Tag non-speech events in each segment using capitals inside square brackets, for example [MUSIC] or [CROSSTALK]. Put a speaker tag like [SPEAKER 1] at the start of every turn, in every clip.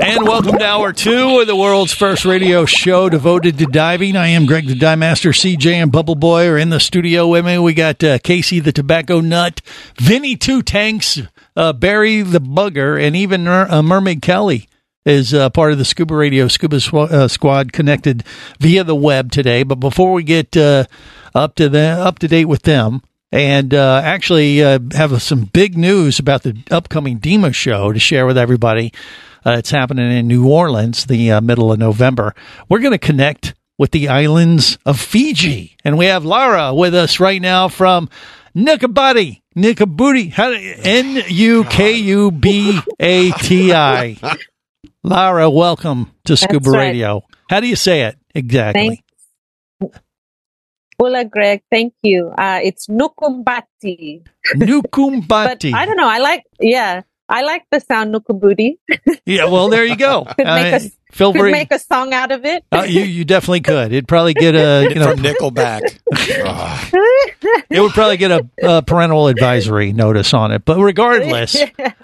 [SPEAKER 1] And welcome to hour two of the world's first radio show devoted to diving. I am Greg the Dive Master. CJ and Bubble Boy are in the studio with me. We got uh, Casey the Tobacco Nut, Vinny Two Tanks, uh, Barry the Bugger, and even Mer- uh, Mermaid Kelly is uh, part of the Scuba Radio Scuba Swa- uh, Squad connected via the web today. But before we get uh, up to the up to date with them. And uh, actually, uh, have some big news about the upcoming DEMA show to share with everybody. Uh, it's happening in New Orleans, the uh, middle of November. We're going to connect with the islands of Fiji, and we have Lara with us right now from Nicabody. Nicabuti, how N U K U B A T I. Lara, welcome to Scuba
[SPEAKER 2] right.
[SPEAKER 1] Radio. How do you say it exactly?
[SPEAKER 2] Thanks. Hola, Greg. Thank you. Uh, it's Nukumbati. But
[SPEAKER 1] Nukumbati.
[SPEAKER 2] I don't know. I like, yeah, I like the sound Nukumbuti. [LAUGHS]
[SPEAKER 1] Yeah, well, there you go.
[SPEAKER 2] Could make us-
[SPEAKER 1] feel
[SPEAKER 2] Could
[SPEAKER 1] free-
[SPEAKER 2] make a song out of it.
[SPEAKER 1] [LAUGHS] Uh, you you definitely could. It'd probably get a you know
[SPEAKER 3] From Nickelback. Ah,
[SPEAKER 1] it would probably get a, a parental advisory notice on it. But regardless,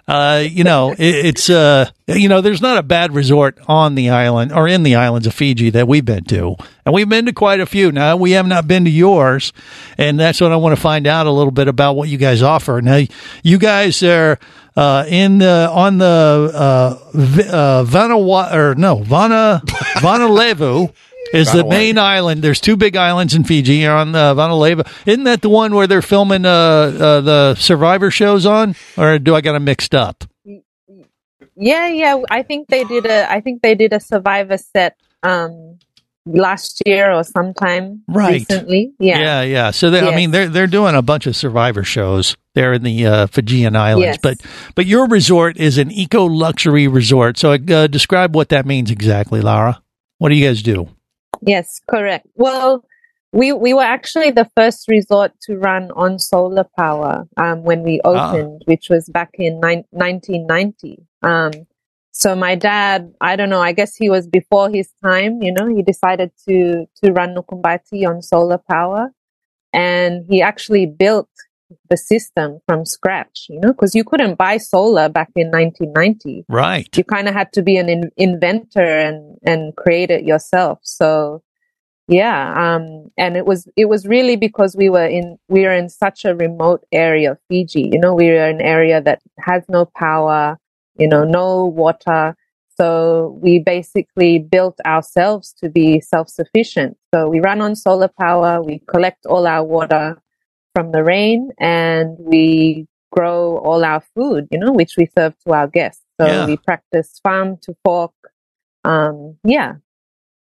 [SPEAKER 1] uh, you know it, it's uh you know there's not a bad resort on the island or in the islands of Fiji that we've been to, and we've been to quite a few. Now we have not been to yours, and that's what I want to find out a little bit about what you guys offer. Now you guys are. Uh, in the on the uh, v- uh, Vanawa or no Vana Vanalevu is the
[SPEAKER 3] Vanalevu.
[SPEAKER 1] main island. There's two big islands in Fiji You're on the Vanaleva. Isn't that the one where they're filming uh, uh, the Survivor shows on, or do I got it mixed up?
[SPEAKER 2] yeah, yeah. I think they did a, I think they did a Survivor set, um, last year or sometime
[SPEAKER 1] Right.
[SPEAKER 2] recently. Yeah.
[SPEAKER 1] yeah. yeah. So they, I
[SPEAKER 2] Yeah.
[SPEAKER 1] mean, they're they're doing a bunch of Survivor shows there in the uh, Fijian
[SPEAKER 2] Yes.
[SPEAKER 1] Islands, but but your resort is an eco luxury resort. So uh, describe what that means exactly, Lara. What do you guys do?
[SPEAKER 2] Yes, correct. Well, we we were actually the first resort to run on solar power um, when we
[SPEAKER 1] Ah.
[SPEAKER 2] opened, which was back in nine- 1990. Um, so my dad, I don't know, I guess he was before his time. You know, he decided to to run Nukumbati on solar power, and he actually built the system from scratch. You know, because you couldn't buy solar back in 1990
[SPEAKER 1] Right.
[SPEAKER 2] you kind of had to be an in- inventor and and create it yourself so yeah um and it was it was really because we were in we were in such a remote area of fiji you know we were an area that has no power you know no water so we basically built ourselves to be self-sufficient so we run on solar power we collect all our water from the rain and we grow all our food, you know, which we serve to our guests. So
[SPEAKER 1] Yeah.
[SPEAKER 2] we practice farm to fork. Um, yeah,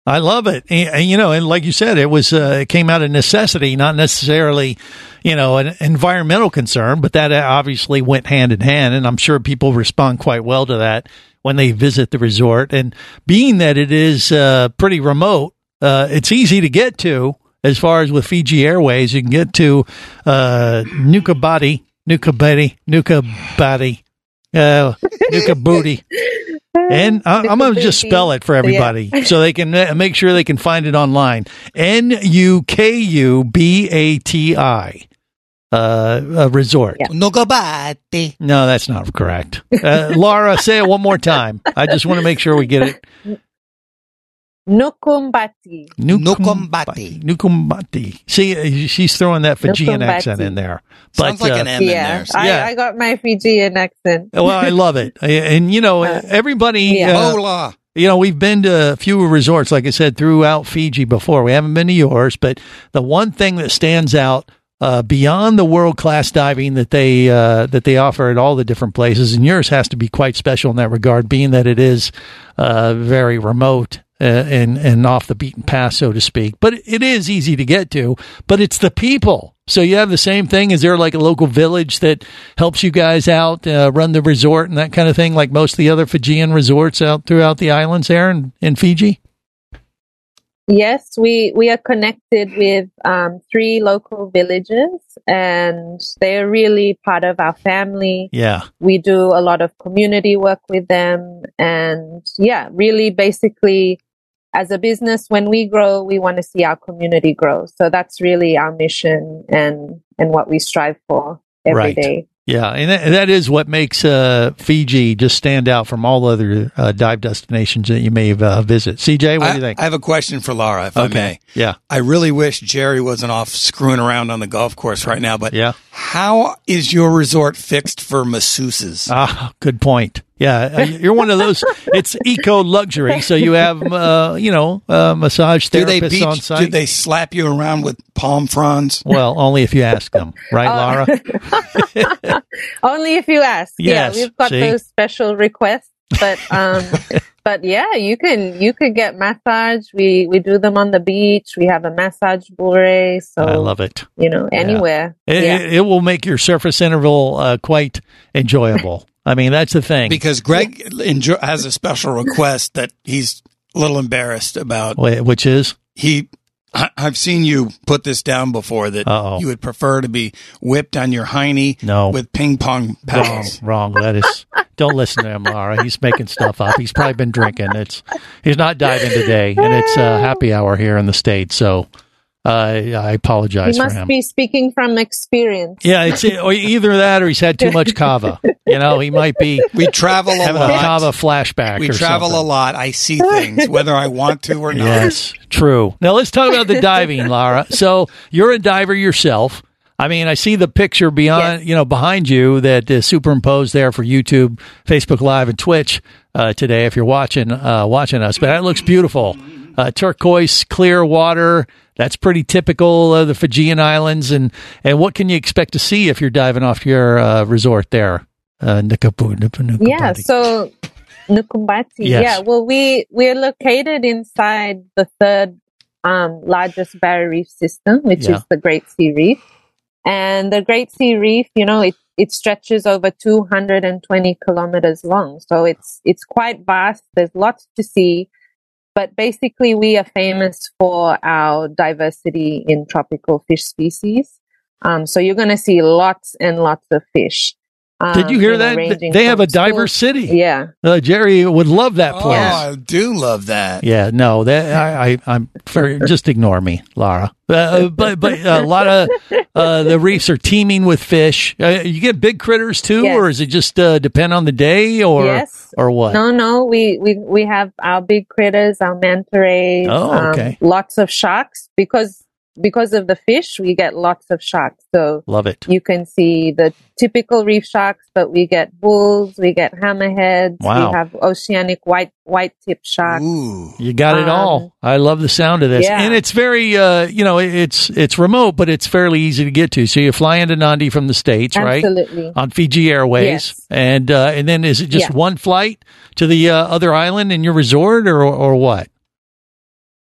[SPEAKER 1] I love it. And, and, you know, and like you said, it was uh, it came out of necessity, not necessarily, you know, an environmental concern, but that uh, obviously went hand in hand and I'm sure people respond quite well to that when they visit the resort and being that it is uh, pretty remote, uh, it's easy to get to as far as with Fiji Airways, you can get to uh Nukabati, Nukabati, Nukabati, uh Nukabuti. And I, I'm going to just
[SPEAKER 2] Nukubuti.
[SPEAKER 1] spell it for
[SPEAKER 2] So, yeah.
[SPEAKER 1] everybody so they can uh, make sure they can find it online. N U K U B A T I uh, uh, resort.
[SPEAKER 2] Yeah.
[SPEAKER 3] Nogabate.
[SPEAKER 1] No, that's not correct. Uh, Laura, say it one more time. I just want to make sure we get it.
[SPEAKER 2] Nukumbati.
[SPEAKER 1] Nukumbati. Nukumbati. See, uh, she's throwing that Fijian
[SPEAKER 2] Nukumbati.
[SPEAKER 1] accent in there.
[SPEAKER 3] Sounds like
[SPEAKER 1] uh,
[SPEAKER 3] an M in
[SPEAKER 2] Yeah,
[SPEAKER 3] there.
[SPEAKER 2] I,
[SPEAKER 1] Yeah.
[SPEAKER 2] I got my Fijian accent.
[SPEAKER 1] [LAUGHS]
[SPEAKER 2] [LAUGHS]
[SPEAKER 1] well, I love it. I- And, you know,
[SPEAKER 2] Uh,
[SPEAKER 1] everybody,
[SPEAKER 2] yeah.
[SPEAKER 1] uh,
[SPEAKER 3] Hola.
[SPEAKER 1] you know, we've been to a few resorts, like I said, throughout Fiji before. We haven't been to yours, but the one thing that stands out uh, beyond the world class diving that they uh, that they offer at all the different places, and yours has to be quite special in that regard, being that it is uh, very remote. Uh, and and off the beaten path, so to speak. But it is easy to get to. But it's the people. So you have the same thing. Is there like a local village that helps you guys out, uh, run the resort and that kind of thing, like most of the other Fijian resorts out throughout the islands there in, in Fiji?
[SPEAKER 2] Yes, we, we are connected with um, three local villages, and they are really part of our family.
[SPEAKER 1] Yeah.
[SPEAKER 2] We do a lot of community work with them, and yeah, really basically, as a business, when we grow, we want to see our community grow. So that's really our mission and and what we strive for every
[SPEAKER 1] Right.
[SPEAKER 2] day.
[SPEAKER 1] Yeah, and that, that is what makes uh, Fiji just stand out from all other uh, dive destinations that you may have uh, visit. CJ, what
[SPEAKER 3] I,
[SPEAKER 1] do you think?
[SPEAKER 3] I have a question for Laura, if I may.
[SPEAKER 1] Yeah,
[SPEAKER 3] I really wish Jerry wasn't off screwing around on the golf course right now, but
[SPEAKER 1] yeah.
[SPEAKER 3] how is your resort fixed for masseuses?
[SPEAKER 1] Ah, good point. Yeah, uh, you're one of those. [LAUGHS] It's eco luxury, so you have uh, you know uh,
[SPEAKER 3] [LAUGHS]
[SPEAKER 1] massage
[SPEAKER 3] do they
[SPEAKER 1] therapists
[SPEAKER 3] beach,
[SPEAKER 1] on site.
[SPEAKER 3] Do they slap you around with palm fronds?
[SPEAKER 1] well, only if you ask them,
[SPEAKER 3] [LAUGHS]
[SPEAKER 1] right,
[SPEAKER 2] Oh.
[SPEAKER 1] Laura?
[SPEAKER 2] [LAUGHS] Only if you ask.
[SPEAKER 1] Yes,
[SPEAKER 2] yeah, we've got
[SPEAKER 1] see?
[SPEAKER 2] those special requests, but
[SPEAKER 1] [LAUGHS]
[SPEAKER 2] um, but yeah, you can you could get massage. We we do them on the beach. We have a massage bure, so
[SPEAKER 1] I love it.
[SPEAKER 2] you know anywhere.
[SPEAKER 1] It,
[SPEAKER 2] yeah.
[SPEAKER 1] it, it will make your surface interval uh, quite enjoyable. I mean, that's the thing.
[SPEAKER 3] Because Greg enjo- has a special request that he's a little embarrassed about.
[SPEAKER 1] Wh- Which is
[SPEAKER 3] He, I, I've seen you put this down before that
[SPEAKER 1] Uh-oh.
[SPEAKER 3] you would prefer to be whipped on your hiney
[SPEAKER 1] No.
[SPEAKER 3] with ping pong
[SPEAKER 1] wrong,
[SPEAKER 3] paddles.
[SPEAKER 1] wrong lettuce. Don't listen to him, Laura. He's making stuff up. He's probably been drinking. It's he's not diving today, and it's uh, happy hour here in the states. So uh, I apologize
[SPEAKER 2] he
[SPEAKER 1] for
[SPEAKER 2] must
[SPEAKER 1] him.
[SPEAKER 2] be speaking from experience.
[SPEAKER 1] yeah,
[SPEAKER 2] [LAUGHS]
[SPEAKER 1] it's or either that or he's had too much kava. You know, he might be
[SPEAKER 3] We travel a
[SPEAKER 1] having a
[SPEAKER 3] lot.
[SPEAKER 1] kava flashback.
[SPEAKER 3] we
[SPEAKER 1] or
[SPEAKER 3] travel a
[SPEAKER 1] something.
[SPEAKER 3] lot. I see things, whether I want to or not.
[SPEAKER 1] Yes, true. Now let's talk about the diving,
[SPEAKER 2] [LAUGHS]
[SPEAKER 1] Lara. So you're a diver yourself. I mean, I see the picture beyond, you know, behind you that is superimposed there for YouTube, Facebook Live, and Twitch uh, today. If you're watching, uh, watching us, but that looks beautiful. Uh, turquoise, clear water. That's pretty typical of the Fijian Islands. And and what can you expect to see if you're diving off your uh, resort there, uh, Nikapu? Nikapu-
[SPEAKER 2] yeah
[SPEAKER 1] Nikapu-
[SPEAKER 2] so nukumbati
[SPEAKER 1] Yes.
[SPEAKER 2] yeah well we we're located inside the third um, largest barrier reef system which
[SPEAKER 1] Yeah.
[SPEAKER 2] is the great sea reef and the great sea reef you know it it stretches over 220 kilometers long so it's it's quite vast there's lots to see but basically we are famous for our diversity in tropical fish species um, so you're going to see lots and lots of fish
[SPEAKER 1] Did you
[SPEAKER 2] Um,
[SPEAKER 1] hear
[SPEAKER 2] know,
[SPEAKER 1] that?
[SPEAKER 2] ranging
[SPEAKER 1] they have
[SPEAKER 2] from
[SPEAKER 1] a diver
[SPEAKER 2] school-
[SPEAKER 1] city.
[SPEAKER 2] yeah.
[SPEAKER 1] Uh, Jerry would love that
[SPEAKER 3] Oh,
[SPEAKER 1] place.
[SPEAKER 3] I do love that.
[SPEAKER 1] Yeah, no, that I, I I'm for, just ignore me, Lara. Uh, but but a lot of uh, the reefs are teeming with fish. Uh, you get big critters too,
[SPEAKER 2] Yes.
[SPEAKER 1] or is it just uh, depend on the day or
[SPEAKER 2] Yes.
[SPEAKER 1] or what?
[SPEAKER 2] No, no, we, we, we have our big critters, our manta rays, um,
[SPEAKER 1] Oh, okay.
[SPEAKER 2] lots of sharks because, because of the fish, we get lots of sharks. So
[SPEAKER 1] Love it.
[SPEAKER 2] you can see the typical reef sharks, but we get bulls, we get hammerheads,
[SPEAKER 1] Wow.
[SPEAKER 2] we have oceanic white, white tip sharks.
[SPEAKER 3] Ooh.
[SPEAKER 1] You got it
[SPEAKER 2] Um,
[SPEAKER 1] all. I love the sound of this,
[SPEAKER 2] yeah.
[SPEAKER 1] and it's very uh, you know it's it's remote, but it's fairly easy to get to. So you fly into Nandi from the states, right?
[SPEAKER 2] Absolutely.
[SPEAKER 1] on Fiji Airways,
[SPEAKER 2] Yes.
[SPEAKER 1] and uh, and then is it just
[SPEAKER 2] Yeah.
[SPEAKER 1] one flight to the uh, other island in your resort, or or what?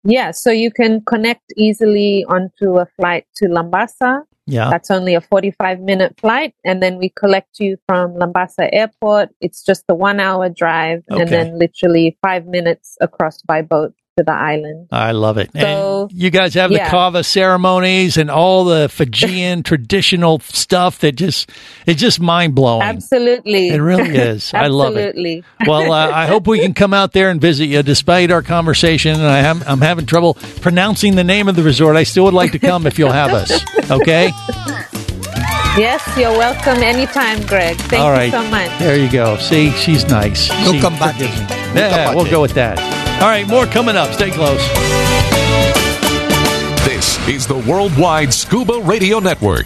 [SPEAKER 2] Yeah. So you can connect easily onto a flight to Lambasa.
[SPEAKER 1] Yeah,
[SPEAKER 2] That's only a 45 minute flight. And then we collect you from Lambasa Airport. It's just a one hour drive
[SPEAKER 1] Okay.
[SPEAKER 2] and then literally five minutes across by boat to the island.
[SPEAKER 1] I love it.
[SPEAKER 2] So-
[SPEAKER 1] and you guys have the
[SPEAKER 2] yeah.
[SPEAKER 1] kava ceremonies and all the
[SPEAKER 2] [LAUGHS]
[SPEAKER 1] Fijian traditional stuff that just it's just mind blowing.
[SPEAKER 2] Absolutely.
[SPEAKER 1] It really is. I love it.
[SPEAKER 2] Absolutely.
[SPEAKER 1] Well, uh, I hope we can come out there and visit you. Despite our conversation, and I am, I'm having trouble pronouncing the name of the resort. I still would like to come if you'll have us. Okay.
[SPEAKER 2] [LAUGHS] Yes, you're welcome anytime, Greg. [LAUGHS] Thank
[SPEAKER 1] All
[SPEAKER 2] you
[SPEAKER 1] right.
[SPEAKER 2] so much.
[SPEAKER 1] There you go. See, she's nice. She
[SPEAKER 3] Nukumbati.
[SPEAKER 1] forgives me. Yeah, we'll
[SPEAKER 3] Nukumbati.
[SPEAKER 1] go with that. All right, more coming up. Stay close.
[SPEAKER 4] This is the Worldwide Scuba Radio Network.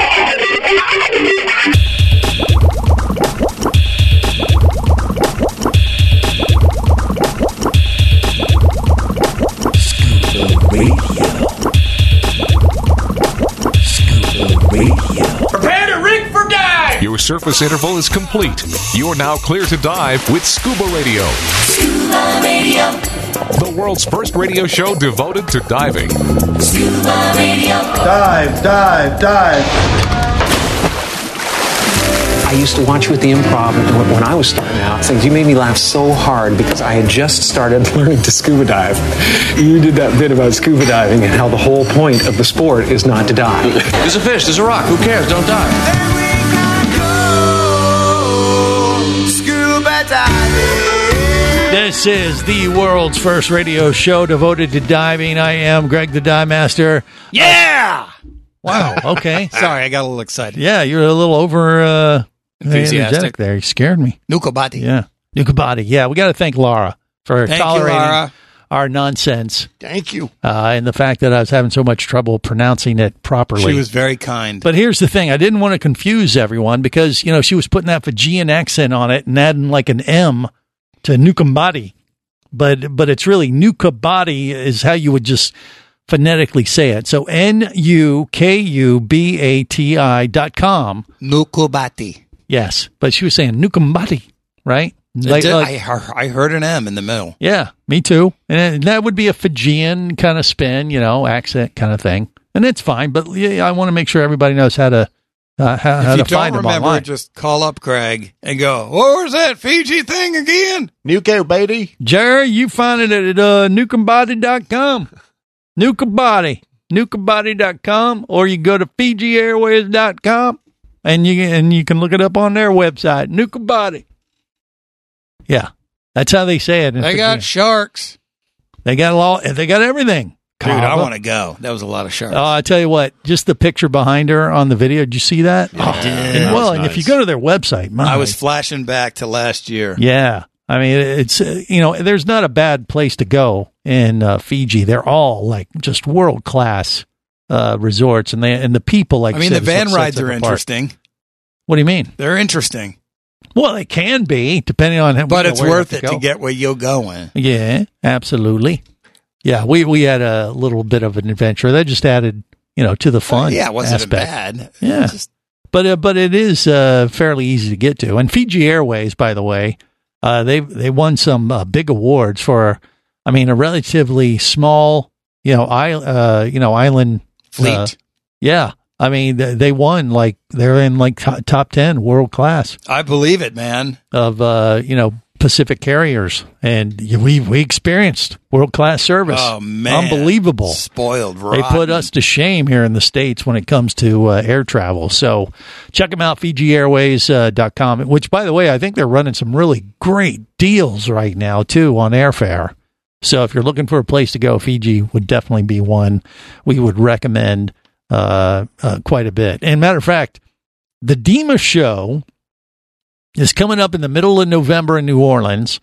[SPEAKER 4] Your surface interval is complete. You are now clear to dive with Scuba Radio. The world's first radio show devoted to diving.
[SPEAKER 5] Dive, dive, dive.
[SPEAKER 6] I used to watch you at the improv when- when I was starting out. It's like, you made me laugh so hard because I had just started [LAUGHS] learning to scuba dive. You did that bit about scuba diving and how the whole point of the sport is not to dive.
[SPEAKER 5] There's a fish, there's a rock, who cares? Don't dive.
[SPEAKER 1] This is the world's first radio show devoted to diving. I am Greg the Dive Master.
[SPEAKER 3] Yeah.
[SPEAKER 1] Wow. [LAUGHS] Okay.
[SPEAKER 3] [LAUGHS] Sorry, I got a little excited.
[SPEAKER 1] yeah, you're a little over uh,
[SPEAKER 3] Enthusiastic.
[SPEAKER 1] energetic there. You scared me.
[SPEAKER 3] Nukobati.
[SPEAKER 1] Yeah. Nukabati. Yeah, we got to thank Laura for
[SPEAKER 3] Thank you,
[SPEAKER 1] tolerating
[SPEAKER 3] Laura.
[SPEAKER 1] our nonsense
[SPEAKER 3] Thank you.
[SPEAKER 1] uh, and the fact that I was having so much trouble pronouncing it properly.
[SPEAKER 3] She was very kind.
[SPEAKER 1] But here's the thing: I didn't want to confuse everyone because you know she was putting that Fijian accent on it and adding like an M to Nukambati, but but it's really Nukabati is how you would just phonetically say it. So N U K U B A T I dot com.
[SPEAKER 3] Nukobati.
[SPEAKER 1] Yes, but she was saying Nukambati, right? Like- like-
[SPEAKER 3] I, heard- I heard an M in the middle.
[SPEAKER 1] yeah, me too. And that would be a Fijian kind of spin, you know, accent kind of thing, and it's fine. But yeah, I want to make sure everybody knows how to. Uh, how, how
[SPEAKER 3] If you
[SPEAKER 1] to find
[SPEAKER 3] don't
[SPEAKER 1] them
[SPEAKER 3] remember,
[SPEAKER 1] online.
[SPEAKER 3] just call up Greg and go, what was that Fiji thing again?
[SPEAKER 5] Nuko, baby.
[SPEAKER 1] Jerry, you find it at uh,
[SPEAKER 3] [LAUGHS]
[SPEAKER 1] nukembody.com. Nukembody. Nukembody.com or you go to FijiAirways.com and you and you can look it up on their website. Nukembody. Yeah. That's how they say it. in
[SPEAKER 3] They got
[SPEAKER 1] Fiji.
[SPEAKER 3] sharks.
[SPEAKER 1] they got all they got everything.
[SPEAKER 3] Dude, I
[SPEAKER 1] Kava.
[SPEAKER 3] want to go. That was a lot of sharks.
[SPEAKER 1] Oh, I tell you what, just the picture behind her on the video. Did you see that? Oh, and, well, and if you go to their website, my
[SPEAKER 3] I was flashing back to last year.
[SPEAKER 1] Yeah. I mean, it's, uh, you know, there's not a bad place to go in uh, Fiji. They're all like just world class uh, resorts and they, and the people like,
[SPEAKER 3] I mean, the
[SPEAKER 1] said, is what
[SPEAKER 3] van
[SPEAKER 1] sets
[SPEAKER 3] rides
[SPEAKER 1] them
[SPEAKER 3] are
[SPEAKER 1] apart.
[SPEAKER 3] interesting.
[SPEAKER 1] What do you mean?
[SPEAKER 3] They're interesting,
[SPEAKER 1] Well, they can be depending on how,
[SPEAKER 3] but
[SPEAKER 1] you know,
[SPEAKER 3] it's
[SPEAKER 1] where you
[SPEAKER 3] worth
[SPEAKER 1] have
[SPEAKER 3] it to
[SPEAKER 1] go.
[SPEAKER 3] get where you're going.
[SPEAKER 1] Yeah, absolutely. Yeah. We, we had a little bit of an adventure that just added, you know, to the fun.
[SPEAKER 3] yeah, it wasn't
[SPEAKER 1] aspect.
[SPEAKER 3] bad.
[SPEAKER 1] Yeah.
[SPEAKER 3] It's just-
[SPEAKER 1] but uh, but it is uh, fairly easy to get to. And Fiji Airways, by the way, uh, they they won some uh, big awards for I mean, a relatively small, you know, I, uh, you know, island
[SPEAKER 3] Fleet.
[SPEAKER 1] uh, yeah, I mean, th- they won like they're in like to- top ten world class
[SPEAKER 3] I believe it, man.
[SPEAKER 1] of uh, you know Pacific carriers, and we we experienced world class service.
[SPEAKER 3] Oh man,
[SPEAKER 1] unbelievable!
[SPEAKER 3] Spoiled.
[SPEAKER 1] They
[SPEAKER 3] Rotten.
[SPEAKER 1] put us to shame here in the states when it comes to uh, air travel. So check them out, FijiAirways.com. Which, by the way, I think they're running some really great deals right now too on airfare. So if you're looking for a place to go, Fiji would definitely be one we would recommend uh, uh, quite a bit. And matter of fact, the Dima show is coming up in the middle of November in New Orleans,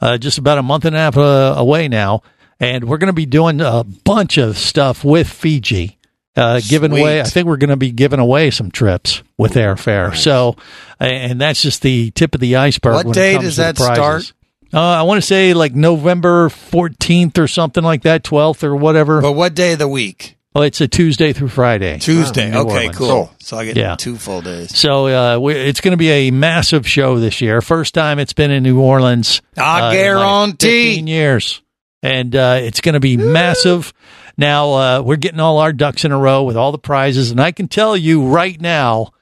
[SPEAKER 1] uh, just about a month and a half uh, away now. And we're going to be doing a bunch of stuff with Fiji, uh, giving
[SPEAKER 3] Sweet.
[SPEAKER 1] away. I think we're going to be giving away some trips with airfare. So, and that's just the tip of the iceberg.
[SPEAKER 3] What
[SPEAKER 1] when it
[SPEAKER 3] day
[SPEAKER 1] comes
[SPEAKER 3] does
[SPEAKER 1] to the
[SPEAKER 3] that
[SPEAKER 1] prizes.
[SPEAKER 3] start?
[SPEAKER 1] Uh, I want to say like November 14th or something like that, 12th or whatever.
[SPEAKER 3] But what day of the week?
[SPEAKER 1] Oh, it's a Tuesday through Friday. Ah,
[SPEAKER 3] Tuesday.
[SPEAKER 1] New
[SPEAKER 3] okay,
[SPEAKER 1] Orleans. Oh.
[SPEAKER 3] cool. So I get
[SPEAKER 1] Yeah.
[SPEAKER 3] two full days.
[SPEAKER 1] So uh, we, it's going to be a massive show this year. First time it's been in New Orleans.
[SPEAKER 3] I
[SPEAKER 1] uh, in, like,
[SPEAKER 3] guarantee.
[SPEAKER 1] 15 years. And uh, it's going to be massive. Now uh, we're getting all our ducks in a row with all the prizes. And I can tell you right now,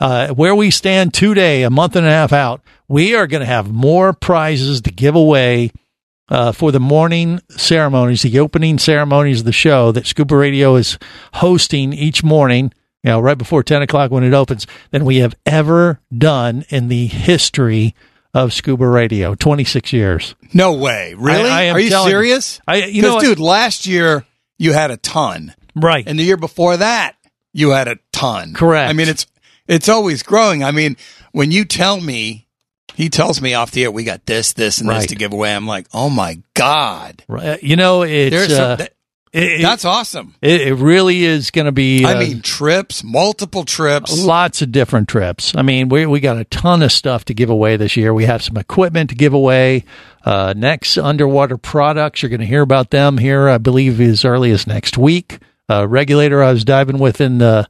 [SPEAKER 1] uh, where we stand today, a month and a half out, we are going to have more prizes to give away uh, for the morning ceremonies, the opening ceremonies of the show that Scuba Radio is hosting each morning, you know, right before 10 o'clock when it opens, than we have ever done in the history of Scuba Radio 26 years.
[SPEAKER 3] No way. Really?
[SPEAKER 1] I am
[SPEAKER 3] Are you
[SPEAKER 1] telling-
[SPEAKER 3] serious?
[SPEAKER 1] I- you
[SPEAKER 3] 'Cause,
[SPEAKER 1] know what-
[SPEAKER 3] dude, last year you had a ton,
[SPEAKER 1] Right.
[SPEAKER 3] and the year before that you had a ton.
[SPEAKER 1] Correct.
[SPEAKER 3] I mean, it's it's always growing. I mean, when you tell me, he tells me off the air, we got this, this, and
[SPEAKER 1] Right.
[SPEAKER 3] this to give away. I'm like, oh my god,
[SPEAKER 1] Right. Uh, You know, it's.
[SPEAKER 3] there's some-
[SPEAKER 1] Uh,
[SPEAKER 3] that-
[SPEAKER 1] it, it,
[SPEAKER 3] that's awesome.
[SPEAKER 1] it, it really is going to be.
[SPEAKER 3] I
[SPEAKER 1] uh,
[SPEAKER 3] mean, trips, multiple trips.
[SPEAKER 1] Lots of different trips. I mean, we we got a ton of stuff to give away this year. We have some equipment to give away. Uh, next underwater products, you're going to hear about them here. I believe as early as next week. Uh, regulator, I was diving with in the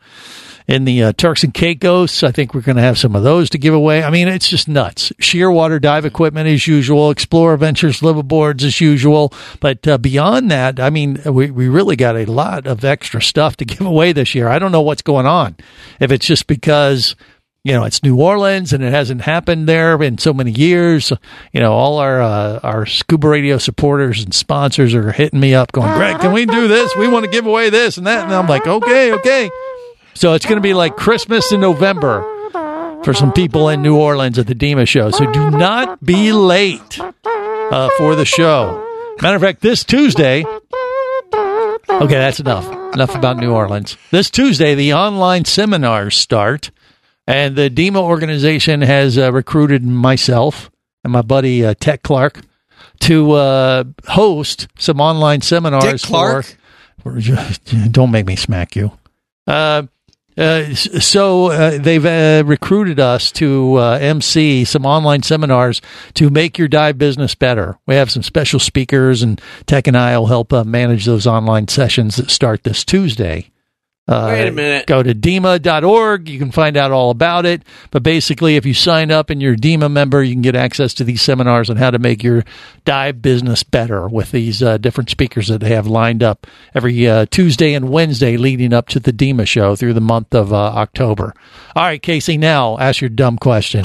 [SPEAKER 1] in the uh, Turks and Caicos. I think we're going to have some of those to give away. I mean, it's just nuts. Shearwater dive equipment as usual. Explorer Ventures liveaboards as usual. But uh, beyond that, I mean, we, we really got a lot of extra stuff to [LAUGHS] give away this year. I don't know what's going on. If it's just because you know it's New Orleans and it hasn't happened there in so many years. You know, all our uh, our scuba radio supporters and sponsors are hitting me up, going, "Greg, can we do this? We want to give away this and that." And I'm like, "Okay, okay." So it's going to be like Christmas in November for some people in New Orleans at the Dima show. So do not be late uh, for the show. Matter of fact, this Tuesday. Okay, that's enough. Enough about New Orleans. This Tuesday, the online seminars start. And the DEMA organization has uh, recruited myself and my buddy uh, Tech Clark to uh, host some online seminars.
[SPEAKER 3] Dick Clark?
[SPEAKER 1] For, don't make me smack you. Uh, uh, s- so uh, they've uh, recruited us to uh, MC some online seminars to make your dive business better. We have some special speakers, and Tech and I will help uh, manage those online sessions that start this Tuesday. Uh,
[SPEAKER 7] Wait a minute.
[SPEAKER 1] Go to DEMA.org. You can find out all about it. But basically, if you sign up and you're a DEMA member, you can get access to these seminars on how to make your dive business better with these uh, different speakers that they have lined up every uh, Tuesday and Wednesday leading up to the DEMA show through the month of uh, October. All right, Casey, now ask your dumb
[SPEAKER 7] [LAUGHS]
[SPEAKER 1] question.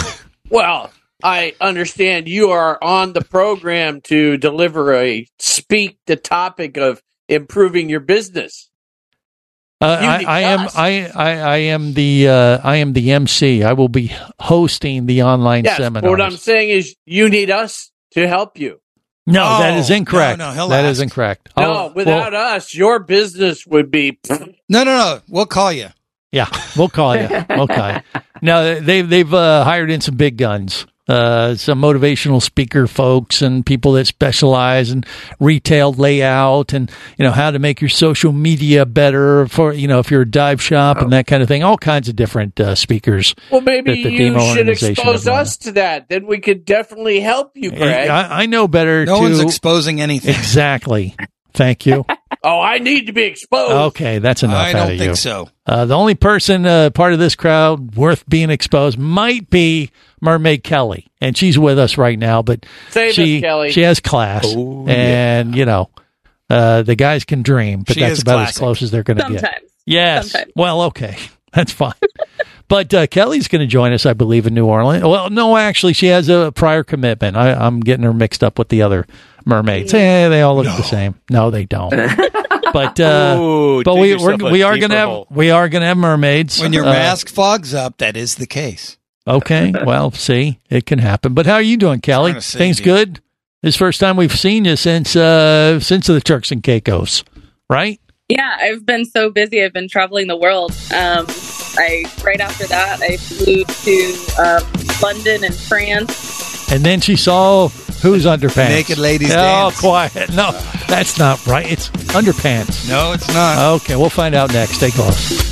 [SPEAKER 7] Well, I understand you are on the program to deliver a speak the topic of improving your business.
[SPEAKER 1] Uh,
[SPEAKER 7] You
[SPEAKER 1] I,
[SPEAKER 7] need
[SPEAKER 1] I am
[SPEAKER 7] us.
[SPEAKER 1] I, I, I am the uh, I am the MC. I will be hosting the online
[SPEAKER 7] Yes,
[SPEAKER 1] seminar.
[SPEAKER 7] but what I'm saying is you need us to help you.
[SPEAKER 1] No, that
[SPEAKER 3] Oh,
[SPEAKER 1] is incorrect.
[SPEAKER 3] no, no, he'll
[SPEAKER 1] That
[SPEAKER 3] ask.
[SPEAKER 1] is incorrect. Oh, I'll-
[SPEAKER 7] No, without us, your business would be.
[SPEAKER 3] No, no, no. We'll call you.
[SPEAKER 1] Yeah, we'll call you.
[SPEAKER 3] [LAUGHS]
[SPEAKER 1] We'll call you. No, they've they've uh, hired in some big guns, uh, some motivational speaker folks, and people that specialize in retail layout and you know how to make your social media better for you know if you're a dive shop
[SPEAKER 3] Oh.
[SPEAKER 1] and that kind of thing. All kinds of different uh, speakers.
[SPEAKER 7] Well, maybe
[SPEAKER 1] That the
[SPEAKER 7] you
[SPEAKER 1] demo
[SPEAKER 7] should
[SPEAKER 1] organization
[SPEAKER 7] expose
[SPEAKER 1] is on.
[SPEAKER 7] us to that. Then we could definitely help you, Greg.
[SPEAKER 1] I, I know better.
[SPEAKER 3] No
[SPEAKER 1] to,
[SPEAKER 3] one's exposing anything. [LAUGHS]
[SPEAKER 1] exactly. Thank you.
[SPEAKER 7] Oh, I need to be exposed.
[SPEAKER 1] Okay, that's enough.
[SPEAKER 3] Oh. I
[SPEAKER 1] out
[SPEAKER 3] don't
[SPEAKER 1] of
[SPEAKER 3] think
[SPEAKER 1] you.
[SPEAKER 3] so.
[SPEAKER 1] Uh, the only person, uh, part of this crowd worth being exposed might be Mermaid Kelly, and she's with us right now. But
[SPEAKER 7] Save
[SPEAKER 1] she,
[SPEAKER 7] us, Kelly.
[SPEAKER 1] she has class,
[SPEAKER 3] Oh,
[SPEAKER 1] and you know, uh, the guys can dream, but
[SPEAKER 3] She
[SPEAKER 1] that's
[SPEAKER 3] is
[SPEAKER 1] about as
[SPEAKER 3] classic.
[SPEAKER 1] close as they're going to get.
[SPEAKER 8] Sometimes.
[SPEAKER 1] Yes.
[SPEAKER 8] Sometimes.
[SPEAKER 1] Well, okay, [LAUGHS] that's fine. but uh, Kelly's going to join us, I believe, in New Orleans. Well, no, actually, she has a prior commitment. I, I'm getting her mixed up with the other mermaids. Eh, they all look the same. No, they don't.
[SPEAKER 3] [LAUGHS]
[SPEAKER 1] but uh,
[SPEAKER 3] Ooh,
[SPEAKER 1] but
[SPEAKER 3] dig
[SPEAKER 1] we we're,
[SPEAKER 3] yourself a
[SPEAKER 1] we are
[SPEAKER 3] deeper
[SPEAKER 1] gonna have
[SPEAKER 3] hole.
[SPEAKER 1] we are gonna have mermaids
[SPEAKER 3] When your
[SPEAKER 1] Uh,
[SPEAKER 3] mask fogs up, that is the case.
[SPEAKER 1] Okay, well, see, it can happen. But how are you doing, Kelly?
[SPEAKER 3] Trying to save
[SPEAKER 1] Things
[SPEAKER 3] you.
[SPEAKER 1] good. This first time we've seen you since uh since the Turks and Caicos, right?
[SPEAKER 8] Yeah, I've been so busy. I've been traveling the world. Um, I right after that, I flew to um, London and France.
[SPEAKER 1] And then she saw whose underpants?
[SPEAKER 3] Naked ladies
[SPEAKER 1] Oh,
[SPEAKER 3] dance.
[SPEAKER 1] quiet. No, that's not right. It's underpants.
[SPEAKER 3] No, it's not.
[SPEAKER 1] Okay, we'll find out next. Stay close.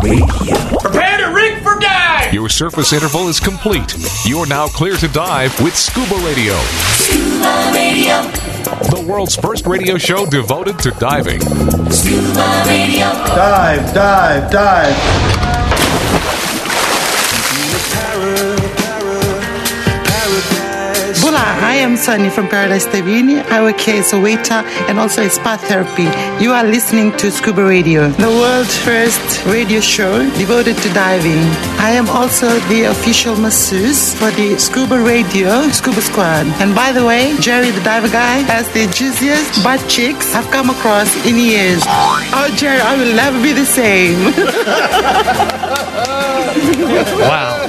[SPEAKER 9] Prepare to rig for dive!
[SPEAKER 4] Your surface interval is complete. You're now clear to dive with Scuba Radio. Scuba Radio. The world's first radio show devoted to diving. Scuba Radio.
[SPEAKER 5] Dive, dive, dive.
[SPEAKER 10] Bula, I am Sunny from Paradise Tavini. I work here as a waiter and also a spa therapy. You are listening to Scuba Radio, the world's first radio show devoted to diving. I am also the official masseuse for the Scuba Radio Scuba Squad. And by the way, Jerry the diver guy has the juiciest butt cheeks I've come across in years. Oh, Jerry, I will never be the [LAUGHS] same.
[SPEAKER 1] Wow.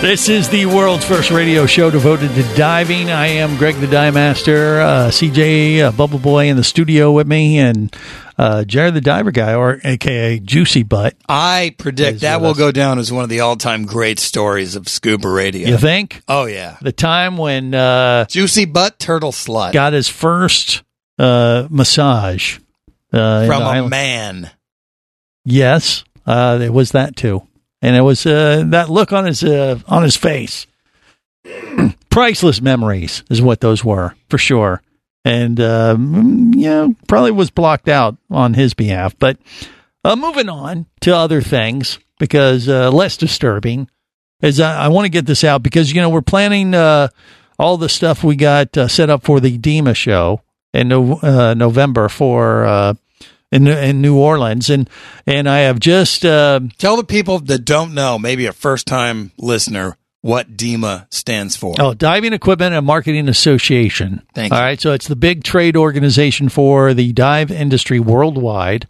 [SPEAKER 1] This is the world's first radio show devoted to diving. I am Greg the Dive Master, uh, CJ uh, Bubble Boy in the studio with me, and uh, Jared the Diver Guy, or AKA Juicy Butt.
[SPEAKER 3] I predict that will go down as one of the all-time great stories of scuba radio.
[SPEAKER 1] You think?
[SPEAKER 3] Oh yeah,
[SPEAKER 1] The time when uh,
[SPEAKER 3] juicy butt turtle slut
[SPEAKER 1] got his first uh, massage uh, in
[SPEAKER 3] from
[SPEAKER 1] the
[SPEAKER 3] a
[SPEAKER 1] island-
[SPEAKER 3] man.
[SPEAKER 1] Yes, uh, it was that too, and it was uh, that look on his uh, on his face. Priceless memories is what those were for sure, and um, yeah, probably was blocked out on his behalf. But uh, moving on to other things because uh, less disturbing is I, I want to get this out because you know we're planning uh, all the stuff we got uh, set up for the Dema show in no, uh, November for uh, in in New Orleans and and I have just uh,
[SPEAKER 3] Tell the people that don't know, maybe a first-time listener, what DEMA stands for.
[SPEAKER 1] Oh, Diving Equipment and Marketing Association.
[SPEAKER 3] Thank
[SPEAKER 1] All right, so it's the big trade organization for the dive industry worldwide.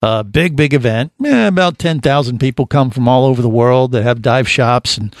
[SPEAKER 1] Uh, big, big event. Eh, about 10,000 people come from all over the world that have dive shops and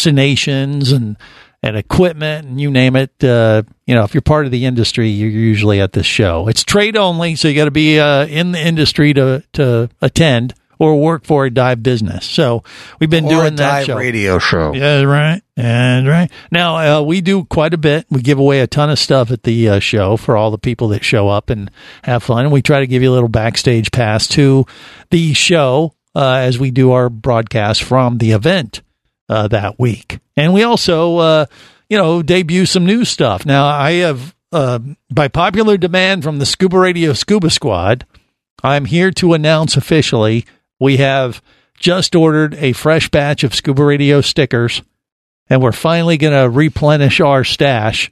[SPEAKER 1] destinations and, and equipment and you name it. Uh, you know, if you're part of the industry, you're usually at this show. It's trade only, so you got to be uh, in the industry to, to attend or work for a dive business. So we've been
[SPEAKER 3] Or
[SPEAKER 1] doing
[SPEAKER 3] a
[SPEAKER 1] that
[SPEAKER 3] dive
[SPEAKER 1] show.
[SPEAKER 3] radio show.
[SPEAKER 1] Yeah, right. And right now, uh, we do quite a bit. We give away a ton of stuff at the uh, show for all the people that show up and have fun. And we try to give you a little backstage pass to the show uh, as we do our broadcast from the event uh, that week. And we also, uh, you know, debut some new stuff. Now, I have, uh, by popular demand from the Scuba Radio Scuba Squad, I'm here to announce officially we have just ordered a fresh batch of Scuba Radio stickers, and we're finally going to replenish our stash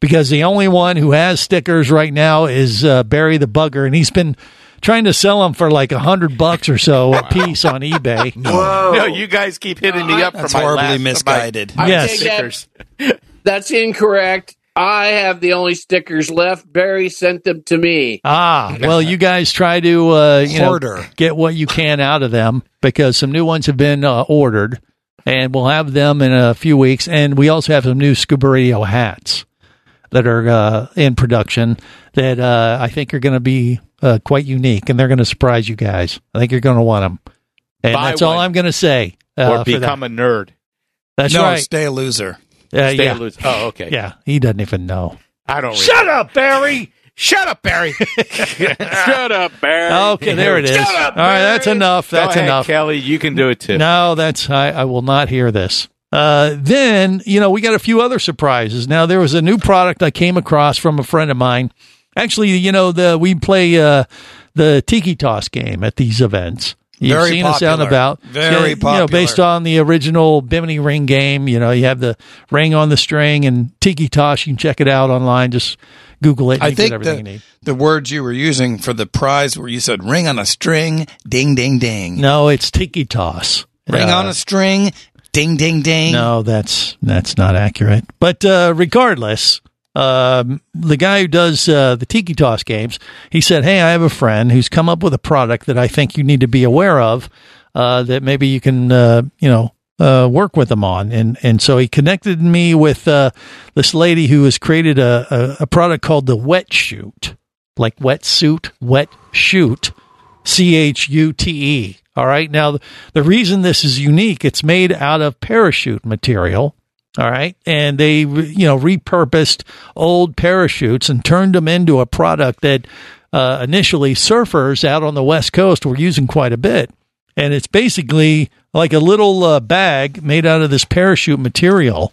[SPEAKER 1] because the only one who has stickers right now is uh, Barry the Bugger, and he's been trying to sell them for like a hundred bucks or so a piece on eBay.
[SPEAKER 11] No, you guys keep hitting me up
[SPEAKER 3] That's
[SPEAKER 11] for my
[SPEAKER 3] horribly
[SPEAKER 11] last- my-
[SPEAKER 3] misguided.
[SPEAKER 11] my
[SPEAKER 1] Yes.
[SPEAKER 11] stickers.
[SPEAKER 7] [LAUGHS] That's incorrect. I have the only stickers left. Barry sent them to me.
[SPEAKER 1] Ah, [LAUGHS] well, you guys try to uh, you know,
[SPEAKER 7] Hoarder.
[SPEAKER 1] get what you can out of them because some new ones have been uh, ordered, and we'll have them in a few weeks. And we also have some new Scuba Radio hats that are uh, in production that uh, I think are going to be uh, quite unique, and they're going to surprise you guys. I think you're going to want them, and
[SPEAKER 11] Buy
[SPEAKER 1] that's all
[SPEAKER 11] one.
[SPEAKER 1] I'm going to say. uh,
[SPEAKER 11] or
[SPEAKER 1] for that.
[SPEAKER 11] become a nerd.
[SPEAKER 1] That's
[SPEAKER 3] no,
[SPEAKER 1] right.
[SPEAKER 3] stay a loser.
[SPEAKER 1] Uh,
[SPEAKER 11] Stay
[SPEAKER 1] yeah.
[SPEAKER 11] a loser. Oh, okay.
[SPEAKER 1] Yeah, he doesn't even know.
[SPEAKER 11] I don't.
[SPEAKER 1] Shut
[SPEAKER 11] up, Barry. Shut up, Barry. [LAUGHS] Shut up, Barry.
[SPEAKER 1] Okay, there it is.
[SPEAKER 11] Shut up,
[SPEAKER 1] All right,
[SPEAKER 11] Barry.
[SPEAKER 1] that's enough.
[SPEAKER 11] Go
[SPEAKER 1] That's
[SPEAKER 11] ahead,
[SPEAKER 1] enough.
[SPEAKER 11] Kelly, you can do it too.
[SPEAKER 1] No, that's I, I will not hear this. Uh, then you know we got a few other surprises. Now there was a new product I came across from a friend of mine. Actually, you know the we play uh, the tiki toss game at these events. You've
[SPEAKER 3] Very
[SPEAKER 1] seen us out
[SPEAKER 3] popular.
[SPEAKER 1] and about.
[SPEAKER 3] Very
[SPEAKER 1] Yeah, You know,
[SPEAKER 3] popular.
[SPEAKER 1] based on the original Bimini Ring game, you know, you have the ring on the string and tiki toss. You can check it out online. Just Google it. And
[SPEAKER 3] I
[SPEAKER 1] you get
[SPEAKER 3] think
[SPEAKER 1] everything you
[SPEAKER 3] the,
[SPEAKER 1] need.
[SPEAKER 3] the words you were using for the prize where you said ring on a string, ding, ding, ding.
[SPEAKER 1] No, it's tiki toss.
[SPEAKER 3] Ring
[SPEAKER 1] Uh,
[SPEAKER 3] on a string, ding, ding, ding.
[SPEAKER 1] No, that's that's not accurate. But uh, regardless, um, the guy who does uh, the Tiki Toss games, he said, "Hey, I have a friend who's come up with a product that I think you need to be aware of. Uh, that maybe you can, uh, you know." Uh, work with them on, and and so he connected me with uh, this lady who has created a, a, a product called the Wet Shoot, like wetsuit, wet shoot, C H U T E. All right. Now, th- the reason this is unique, it's made out of parachute material. All right. And they, re- you know, repurposed old parachutes and turned them into a product that uh, initially surfers out on the West Coast were using quite a bit. And it's basically like a little uh, bag made out of this parachute material.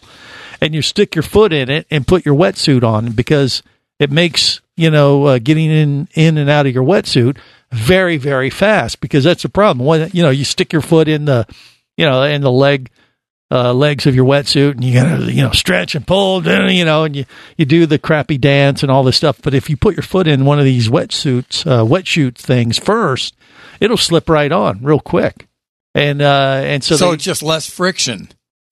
[SPEAKER 1] And you stick your foot in it and put your wetsuit on because it makes you know uh, getting in in and out of your wetsuit very very fast because that's the problem when you know you stick your foot in the you know in the leg uh, legs of your wetsuit and you gotta you know stretch and pull you know and you you do the crappy dance and all this stuff but if you put your foot in one of these wetsuits uh, wetsuit things first it'll slip right on real quick and uh and so
[SPEAKER 3] So,
[SPEAKER 1] they-
[SPEAKER 3] it's just less friction.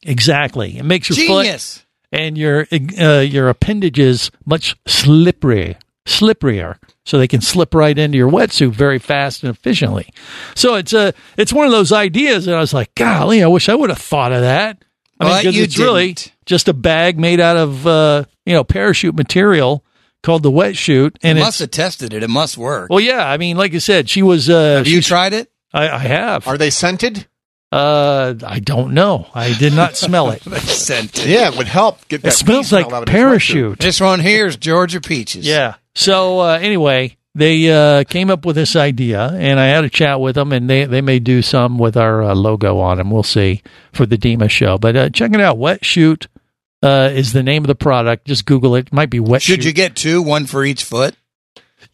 [SPEAKER 1] Exactly. It makes your
[SPEAKER 3] Genius.
[SPEAKER 1] foot and your uh, your appendages much slippery, slipperier, so they can slip right into your wetsuit very fast and efficiently. So it's a it's one of those ideas that I was like, golly, I wish I would have thought of that. I
[SPEAKER 3] But
[SPEAKER 1] 'cause
[SPEAKER 3] you
[SPEAKER 1] it's really
[SPEAKER 3] didn't.
[SPEAKER 1] just a bag made out of uh, you know parachute material called the wet shoot, and
[SPEAKER 3] it
[SPEAKER 1] it's
[SPEAKER 3] must have tested it. It must work.
[SPEAKER 1] well, yeah. I mean, like I said, she was. Uh, have
[SPEAKER 3] you tried it?
[SPEAKER 1] I, I have.
[SPEAKER 11] Are they scented?
[SPEAKER 1] Uh, I don't know. I did not smell
[SPEAKER 3] [LAUGHS]
[SPEAKER 1] it.
[SPEAKER 3] Scented.
[SPEAKER 11] Yeah, it would help get
[SPEAKER 1] It
[SPEAKER 11] that.
[SPEAKER 1] smells
[SPEAKER 11] pea
[SPEAKER 1] like
[SPEAKER 11] smell out of his
[SPEAKER 1] parachute.
[SPEAKER 3] This one here is Georgia peaches.
[SPEAKER 1] Yeah. So uh, anyway, they uh, came up with this idea, and I had a chat with them, and they, they may do some with our uh, logo on them. We'll see for the Dema show. But uh, check it out. Wet Shoot uh, is the name of the product. Just Google it. Might be Wet
[SPEAKER 3] Should you
[SPEAKER 1] Shoot.
[SPEAKER 3] get two, one for each foot?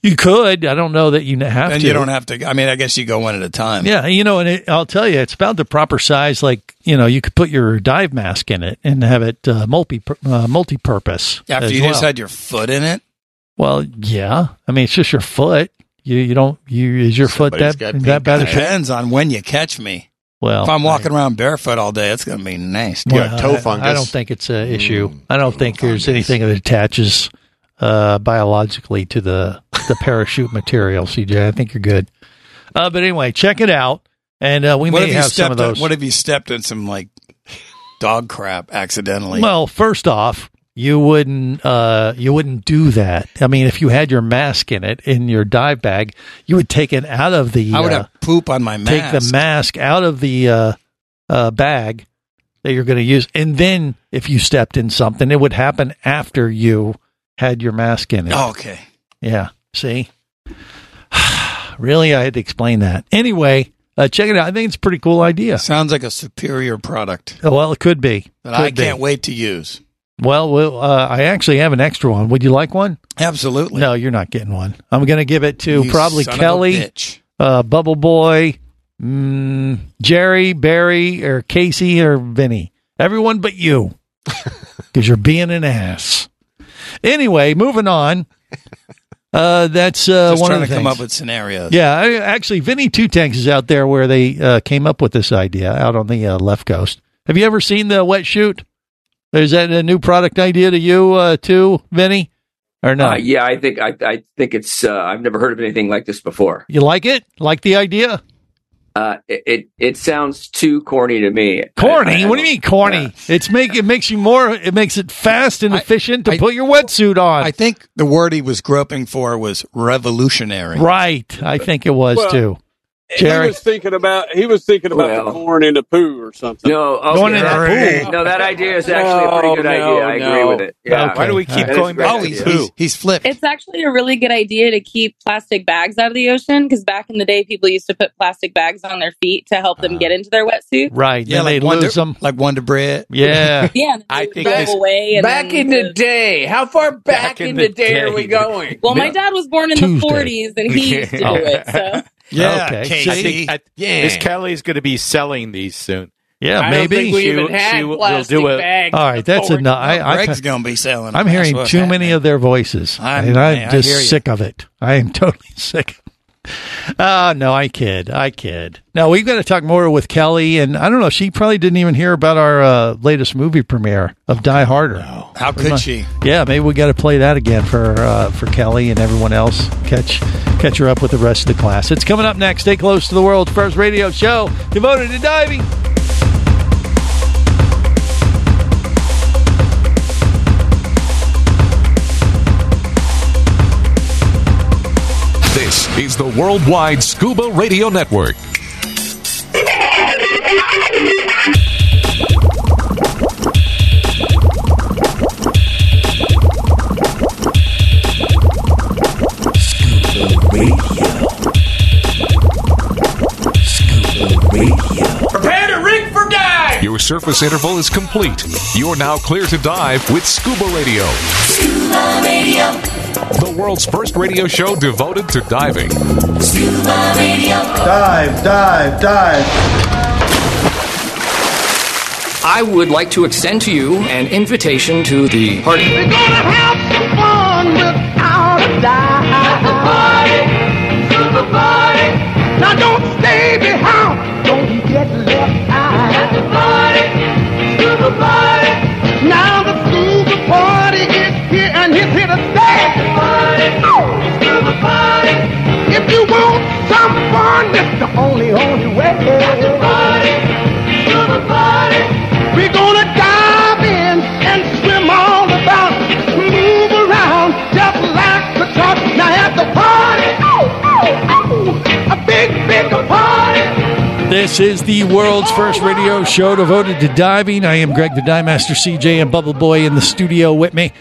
[SPEAKER 1] You could. I don't know that you n- have
[SPEAKER 3] And
[SPEAKER 1] to.
[SPEAKER 3] you don't have to. I mean, I guess you go one at a time.
[SPEAKER 1] Yeah, you know, and it, I'll tell you, it's about the proper size. Like, you know, you could put your dive mask in it and have it uh, multi uh, multi purpose.
[SPEAKER 3] After you just had your foot in it.
[SPEAKER 1] Well, yeah. I mean, it's just your foot. You you don't you is your
[SPEAKER 3] Somebody's
[SPEAKER 1] foot
[SPEAKER 3] got
[SPEAKER 1] that
[SPEAKER 3] pink
[SPEAKER 1] that bad? a shape?
[SPEAKER 3] Depends on when you catch me.
[SPEAKER 1] Well,
[SPEAKER 3] if I'm walking around barefoot all day, it's going to be nice.
[SPEAKER 1] Well, I- I don't think it's an issue.
[SPEAKER 3] Hmm.
[SPEAKER 1] I don't think there's anything that attaches uh, biologically to the the parachute material, CJ. I think you're good. Uh, but anyway, check it out, and uh, we
[SPEAKER 3] what
[SPEAKER 1] may
[SPEAKER 3] if you
[SPEAKER 1] have some
[SPEAKER 3] stepped
[SPEAKER 1] of those.
[SPEAKER 3] In, what if you stepped in some like dog crap accidentally?
[SPEAKER 1] well, first off, you wouldn't uh, you wouldn't do that. I mean, if you had your mask in it in your dive bag, you would take it out of the.
[SPEAKER 3] I would
[SPEAKER 1] uh,
[SPEAKER 3] have poop on my
[SPEAKER 1] Take the
[SPEAKER 3] mask.
[SPEAKER 1] mask out of the uh, uh, bag that you're going to use, and then if you stepped in something, it would happen after you had your mask in it.
[SPEAKER 3] Oh, okay.
[SPEAKER 1] Yeah. See? really? I had to explain that. Anyway, uh, check it out. I think it's a pretty cool idea.
[SPEAKER 3] Sounds like a superior product.
[SPEAKER 1] Well, it could be.
[SPEAKER 3] That I
[SPEAKER 1] Could be.
[SPEAKER 3] can't wait to use.
[SPEAKER 1] Well, we'll uh, I actually have an extra one. Would you like one?
[SPEAKER 3] Absolutely.
[SPEAKER 1] No, you're not getting one. I'm going to give it to
[SPEAKER 3] You
[SPEAKER 1] probably
[SPEAKER 3] son of a
[SPEAKER 1] Kelly,
[SPEAKER 3] bitch.
[SPEAKER 1] uh, Bubble Boy, mm, Jerry, Barry, or Casey, or Vinny. Everyone
[SPEAKER 3] [LAUGHS]
[SPEAKER 1] but you, because you're being an ass. Anyway, moving on. Uh, that's uh,
[SPEAKER 3] Just
[SPEAKER 1] one
[SPEAKER 3] trying
[SPEAKER 1] of the
[SPEAKER 3] to come
[SPEAKER 1] things.
[SPEAKER 3] up with scenarios.
[SPEAKER 1] Yeah, I, actually, Vinny Two Tanks is out there where they uh, came up with this idea out on the uh, left coast. Have you ever seen the wet shoot? Is that a new product idea to you uh, too, Vinny? Or
[SPEAKER 12] Uh,
[SPEAKER 1] not?
[SPEAKER 12] yeah, I think I, I think it's. Uh, I've never heard of anything like this before.
[SPEAKER 1] You like it? Like the idea?
[SPEAKER 12] Uh, it, it it sounds too corny to me.
[SPEAKER 1] Corny? what do you mean corny? It's make it makes you more. It makes it fast and efficient to put your wetsuit on.
[SPEAKER 3] I think the word he was groping for was revolutionary.
[SPEAKER 1] Right. I think it was
[SPEAKER 13] Well,
[SPEAKER 1] too.
[SPEAKER 13] He was thinking about he was thinking about the corn in the poo or something.
[SPEAKER 12] No, okay,
[SPEAKER 13] Going in
[SPEAKER 12] that-
[SPEAKER 13] the pool.
[SPEAKER 12] No, that idea is actually a pretty good
[SPEAKER 13] No,
[SPEAKER 12] idea. I
[SPEAKER 13] no,
[SPEAKER 12] agree with it. Yeah.
[SPEAKER 13] Okay. Why do we keep
[SPEAKER 12] That is
[SPEAKER 13] going
[SPEAKER 12] a great
[SPEAKER 13] back to
[SPEAKER 12] idea.
[SPEAKER 3] Oh, He's, he's flipped.
[SPEAKER 8] It's actually a really good idea to keep plastic bags out of the ocean because back in the day, people used to put plastic bags on their feet to help
[SPEAKER 1] Uh-huh.
[SPEAKER 8] them get into their wetsuit.
[SPEAKER 1] Right.
[SPEAKER 3] Yeah,
[SPEAKER 1] then
[SPEAKER 3] like
[SPEAKER 1] they
[SPEAKER 3] Wonder,
[SPEAKER 1] lose them.
[SPEAKER 3] Like Wonder Bread. [LAUGHS]
[SPEAKER 1] Yeah.
[SPEAKER 8] Yeah, and
[SPEAKER 3] I
[SPEAKER 8] they would drive away. And
[SPEAKER 7] back
[SPEAKER 8] then
[SPEAKER 7] in the day, how far back, in, the, day, are we going?
[SPEAKER 8] Well, my dad was born in
[SPEAKER 7] Tuesday.
[SPEAKER 8] the 40s, and he
[SPEAKER 3] [LAUGHS]
[SPEAKER 1] [LAUGHS]
[SPEAKER 8] used to do
[SPEAKER 14] Oh.
[SPEAKER 8] it. So
[SPEAKER 14] Yeah,
[SPEAKER 1] Okay.
[SPEAKER 14] Casey. I
[SPEAKER 1] See?
[SPEAKER 14] think I,
[SPEAKER 1] Yeah.
[SPEAKER 14] Miss Kelly's going to be selling these soon.
[SPEAKER 1] Yeah, I don't maybe. think we even had
[SPEAKER 14] will- will
[SPEAKER 1] plastic
[SPEAKER 14] do a-
[SPEAKER 1] bags All right, that's before. enough. I- I-
[SPEAKER 3] Greg's gonna be selling.
[SPEAKER 1] I'm
[SPEAKER 3] them.
[SPEAKER 1] hearing
[SPEAKER 3] That's what's
[SPEAKER 1] too many of their voices,
[SPEAKER 3] I'm-
[SPEAKER 1] and I'm
[SPEAKER 3] I- I
[SPEAKER 1] just
[SPEAKER 3] hear you.
[SPEAKER 1] sick of it. I am [LAUGHS] totally sick. Uh, no, I kid, I kid. Now we've got to talk more with Kelly, and I don't know. She probably didn't even hear about our uh, latest movie premiere of Die Harder.
[SPEAKER 3] How
[SPEAKER 1] We
[SPEAKER 3] could
[SPEAKER 1] must-
[SPEAKER 3] she?
[SPEAKER 1] Yeah, maybe we got to play that again for uh, for Kelly and everyone else. Catch catch her up with the rest of the class. It's coming up next. Stay close to the world's first radio show devoted to diving.
[SPEAKER 4] This is the Worldwide Scuba Radio Network.
[SPEAKER 9] Prepare to rig for dive!
[SPEAKER 4] Your surface interval is complete. You're now clear to dive with Scuba Radio.
[SPEAKER 9] Scuba Radio.
[SPEAKER 4] The world's first radio show devoted to diving.
[SPEAKER 5] Scuba Radio. Dive, dive, dive.
[SPEAKER 15] I would like to extend to you an invitation to the party.
[SPEAKER 9] Now don't stay behind. Don't get left out. At the party, scuba party. Now the scuba party is here and it's here to stay. At the party, scuba party. If you want some fun, it's the only only way. At the party, scuba party. We're gonna dive in and swim all about, move around just like the top. Now at the party, a big, big party.
[SPEAKER 1] This is the world's first radio show devoted to diving. I am Greg the Dive Master, CJ, and Bubble Boy in the studio with me.